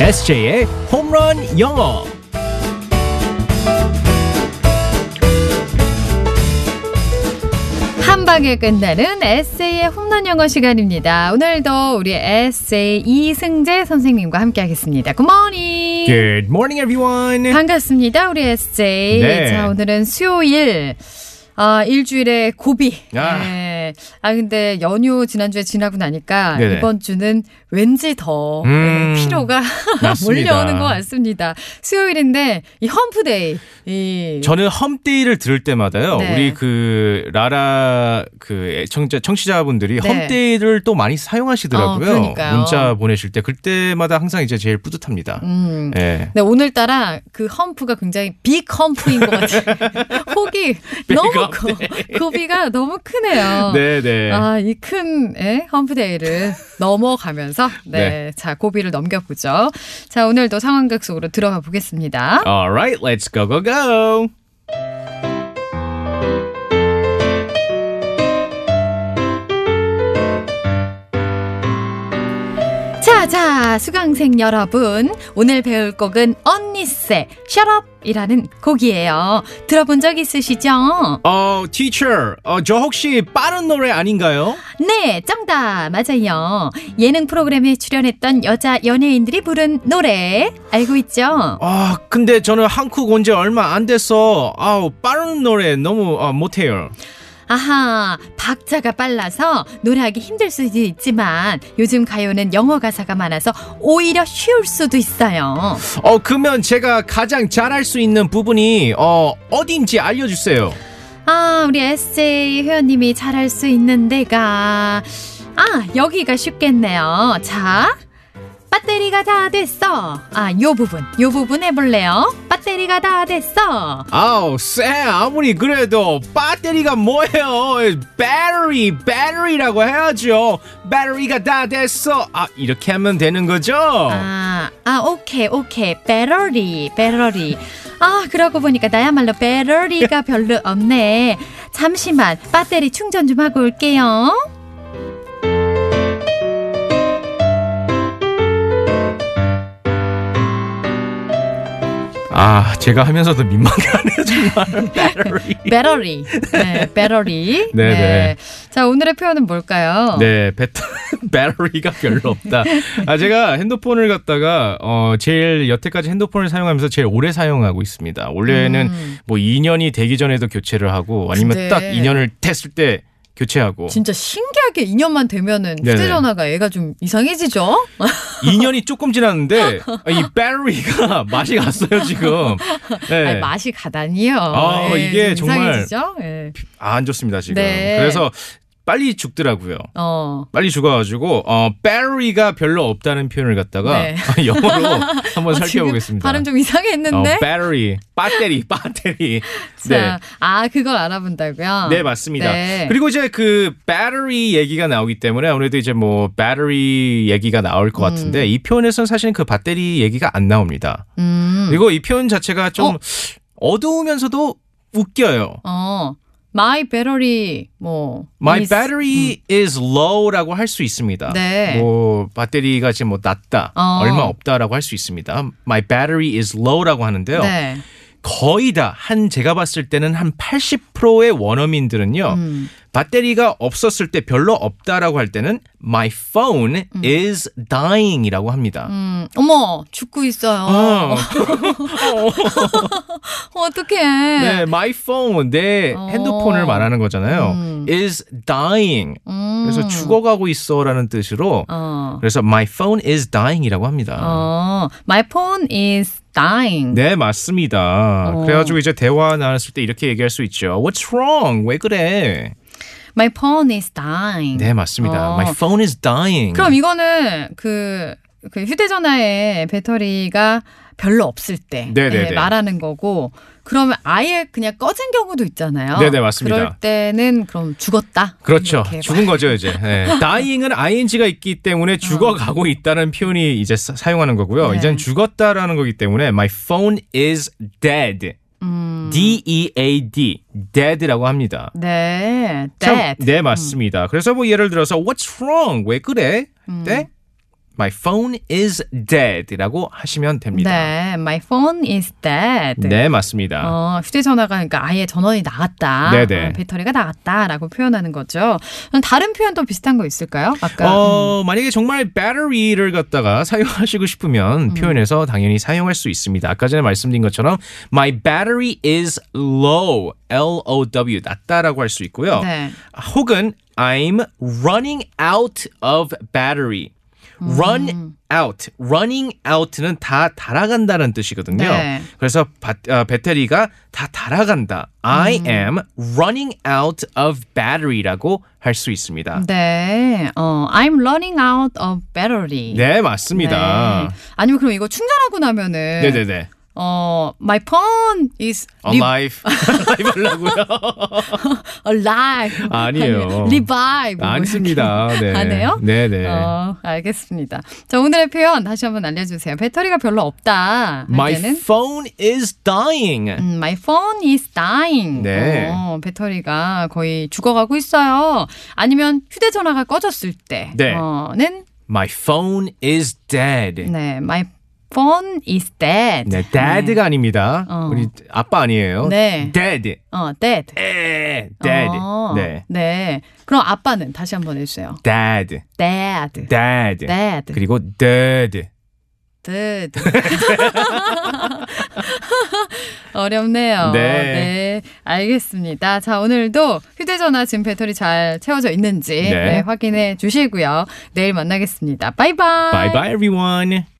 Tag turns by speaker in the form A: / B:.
A: SJ의 홈런 영어.
B: 한 방에 끝나는 에세이의 홈런 영어 시간입니다. 오늘도 우리 에세이 이승재 선생님과 함께하겠습니다. 굿모닝.
A: Good morning, everyone.
B: 반갑습니다, 우리 에세이.
A: 네.
B: 자, 오늘은 수요일. 아, 일주일의 고비.
A: 아.
B: 예. 아, 근데 연휴 지난주에 지나고 나니까
A: 네네.
B: 이번 주는 왠지 더
A: 음,
B: 예, 피로가
A: 맞습니다.
B: 몰려오는 것 같습니다. 수요일인데 이 험프데이. 이
C: 저는 험데이를 들을 때마다요.
B: 네.
C: 우리 그 라라 그 애청자 청취자분들이
B: 네.
C: 험데이를 또 많이 사용하시더라고요.
B: 어, 그러니까요.
C: 문자 보내실 때 그때마다 항상 이제 제일 뿌듯합니다.
B: 음.
C: 예.
B: 네, 오늘따라 그 험프가 굉장히 빅 험프인 것 같아요. 혹이 너무 커. 고비가 너무 크네요.
C: 네, 네.
B: 아, 이 큰 예, 험프데이를 넘어가면서 네,
C: 네.
B: 자 고비를 넘겨보죠. 자 오늘도 상황극 속으로 들어가 보겠습니다.
C: Alright, let's go go go.
B: 자, 자 수강생 여러분 오늘 배울 곡은 언니세 셔럽이라는 곡이에요. 들어본 적 있으시죠?
C: 어, teacher. 어, 저 혹시 빠른 노래 아닌가요?
B: 네, 정답 맞아요. 예능 프로그램에 출연했던 여자 연예인들이 부른 노래 알고 있죠?
C: 아, 근데 저는 한국 온 지 얼마 안 돼서 아우, 빠른 노래 너무 아, 못 해요.
B: 아하, 박자가 빨라서 노래하기 힘들 수도 있지만 요즘 가요는 영어 가사가 많아서 오히려 쉬울 수도 있어요.
C: 어, 그러면 제가 가장 잘할 수 있는 부분이 어, 어딘지 알려 주세요.
B: 아, 우리 SJ 회원님이 잘할 수 있는 데가 아, 여기가 쉽겠네요. 자, 배터리가 다 됐어. 아, 요 부분, 요 부분 해볼래요? 배터리가 다 됐어.
C: 아우 쌤 아무리 그래도 배터리가 뭐예요 배터리 배터리라고 해야죠 배터리가 다 됐어 아 이렇게 하면 되는 거죠
B: 아, 아, 오케이, 오케이. 배러리, 배러리. 아, 그러고 보니까 나야말로 배러리가 별로 없네. 잠시만, 배터리 충전 좀 하고 올게요.
C: 아 제가 하면서도 민망해하네요 정말 배터리
B: 배러리. 네, 배러리.
C: 네, 네.
B: 자, 오늘의 표현은 뭘까요?
C: 네 배터 배터리가 별로 없다 아 제가 핸드폰을 갖다가 어 제일 여태까지 핸드폰을 사용하면서 제일 오래 사용하고 있습니다 원래는
B: 음.
C: 뭐 2년이 되기 전에도 교체를 하고 아니면
B: 근데-
C: 딱 2년을 됐을 때 교체하고
B: 진짜 신기하게 2년만 되면은
C: 네네.
B: 휴대전화가 얘가 좀 이상해지죠?
C: 2년이 조금 지났는데 아, 이 배터리가 맛이 갔어요 지금. 예.
B: 아니, 맛이 가다니요.
C: 아,
B: 예,
C: 이게
B: 좀
C: 정말-
B: 이상해지죠? 예.
C: 아, 안 좋습니다 지금.
B: 네.
C: 그래서 빨리 죽더라고요.
B: 어.
C: 빨리 죽어가지고 어, 배터리가 별로 없다는 표현을 갖다가
B: 네.
C: 영어로 한번
B: 어, 지금
C: 살펴보겠습니다.
B: 발음 좀 이상했는데?
C: 어, 배터리, 배터리, 배터리.
B: 자, 아, 그걸 알아본다고요?
C: 네, 맞습니다.
B: 네.
C: 그리고 이제 그 배터리 얘기가 나오기 때문에 아무래도 이제 뭐 배터리 얘기가 나올
B: 음.
C: 것 같은데 이 표현에서는 사실 그 배터리 얘기가 안 나옵니다.
B: 음.
C: 그리고 이 표현 자체가 좀 어두우면서도 웃겨요.
B: 어, my battery 뭐
C: My
B: is-
C: battery is low라고 할 수 있습니다.
B: 음. 네.
C: 뭐 배터리가 지금 뭐 낮다,
B: 어.
C: 얼마 없다라고 할 수 있습니다. My battery is low라고 하는데요.
B: 네.
C: 거의 다 한 제가 봤을 때는 한 80%의 원어민들은요.
B: 음.
C: 배터리가 없었을 때 별로 없다라고 할 때는 my phone is dying이라고 합니다.
B: 음, 어머, 죽고 있어요.
C: 어.
B: 어떡해.
C: 네, my phone 내
B: 어.
C: 핸드폰을 말하는 거잖아요.
B: 음.
C: is dying.
B: 음.
C: 그래서 죽어가고 있어라는 뜻으로
B: 어.
C: 그래서 my phone is dying이라고 합니다.
B: 어. My phone is dying.
C: 네, 맞습니다.
B: 어.
C: 그래가지고 이제 대화 나눴을 때 이렇게 얘기할 수 있죠. What's wrong? 왜 그래?
B: My phone is dying.
C: 네, 맞습니다.
B: 어.
C: My phone is dying.
B: 그럼 이거는 그, 그 휴대전화에 배터리가 별로 없을 때
C: 네네네.
B: 예, 말하는 거고 그러면 아예 그냥 꺼진 경우도 있잖아요.
C: 네네, 맞습니다.
B: 그럴 때는 그럼 죽었다.
C: 그렇죠.
B: 이렇게
C: 죽은 거죠, 이제. 네. dying은 ing가 있기 때문에 죽어가고 있다는 표현이 이제 사, 용하는 거고요.
B: 네.
C: 이젠 죽었다라는 거기 때문에 my phone is dead. E
B: 음.
C: D-E-A-D. dead라고 합니다.
B: 네,
C: 참,
B: dead. 음.
C: 네, 맞습니다. 그래서 뭐 예를 들어서 what's wrong? 왜 그래? 할 때 My phone is dead이라고 하시면 됩니다.
B: 네, my phone is dead.
C: 네, 맞습니다.
B: 어, 휴대전화가 그러니까 아예 전원이 나갔다.
C: 네네.
B: 어, 배터리가 나갔다라고 표현하는 거죠. 그럼 다른 표현도 비슷한 거 있을까요? 아까
C: 어, 만약에 정말 배터리를 갖다가 사용하시고 싶으면
B: 음.
C: 표현해서 당연히 사용할 수 있습니다. 아까 전에 말씀드린 것처럼 my battery is low, L O W 낮다라고 할 수 있고요.
B: 네.
C: 혹은 I'm running out of battery.
B: 음.
C: run out, running out는 다 달아간다는 뜻이거든요.
B: 네.
C: 그래서 바- 어, 배터리가 다 달아간다. I
B: 음.
C: am running out of battery라고 할 수 있습니다.
B: 네. 어, I'm running out of battery.
C: 네, 맞습니다.
B: 네. 아니면 그럼 이거 충전하고 나면은
C: 네, 어, 네, 네.
B: 어, my phone is re-
C: Alive. Alive 하려고요.
B: alive.
C: 아니에요.
B: 아니면 revive. 뭐
C: 아닙니다.
B: 이렇게.
C: 네.
B: 안 해요?
C: 네, 네.
B: 어, 알겠습니다. 자, 오늘의 표현 다시 한번 알려주세요. 배터리가 별로 없다. 할
C: My
B: 때는
C: phone is dying.
B: 음, My phone is dying.
C: 네.
B: 어, 배터리가 거의 죽어가고 있어요. 아니면 휴대전화가 꺼졌을 때.
C: 네.
B: 어,는
C: My phone is dead.
B: 네, my phone is dead.
C: 네, dead가 아닙니다.
B: 어.
C: 우리 아빠 아니에요.
B: 네.
C: dead.
B: 어, dead.
C: 에, dead.
B: 어,
C: 네.
B: 네. 그럼 아빠는 다시 한번 해주세요.
C: dead.
B: dead.
C: dead.
B: dead.
C: 그리고 dead.
B: dead. 어렵네요.
C: 네.
B: 알겠습니다. 자, 오늘도 휴대전화 지금 배터리 잘 채워져 있는지
C: 네.
B: 네, 확인해 주시고요. 내일 만나겠습니다. 바이바이.
C: Bye bye everyone.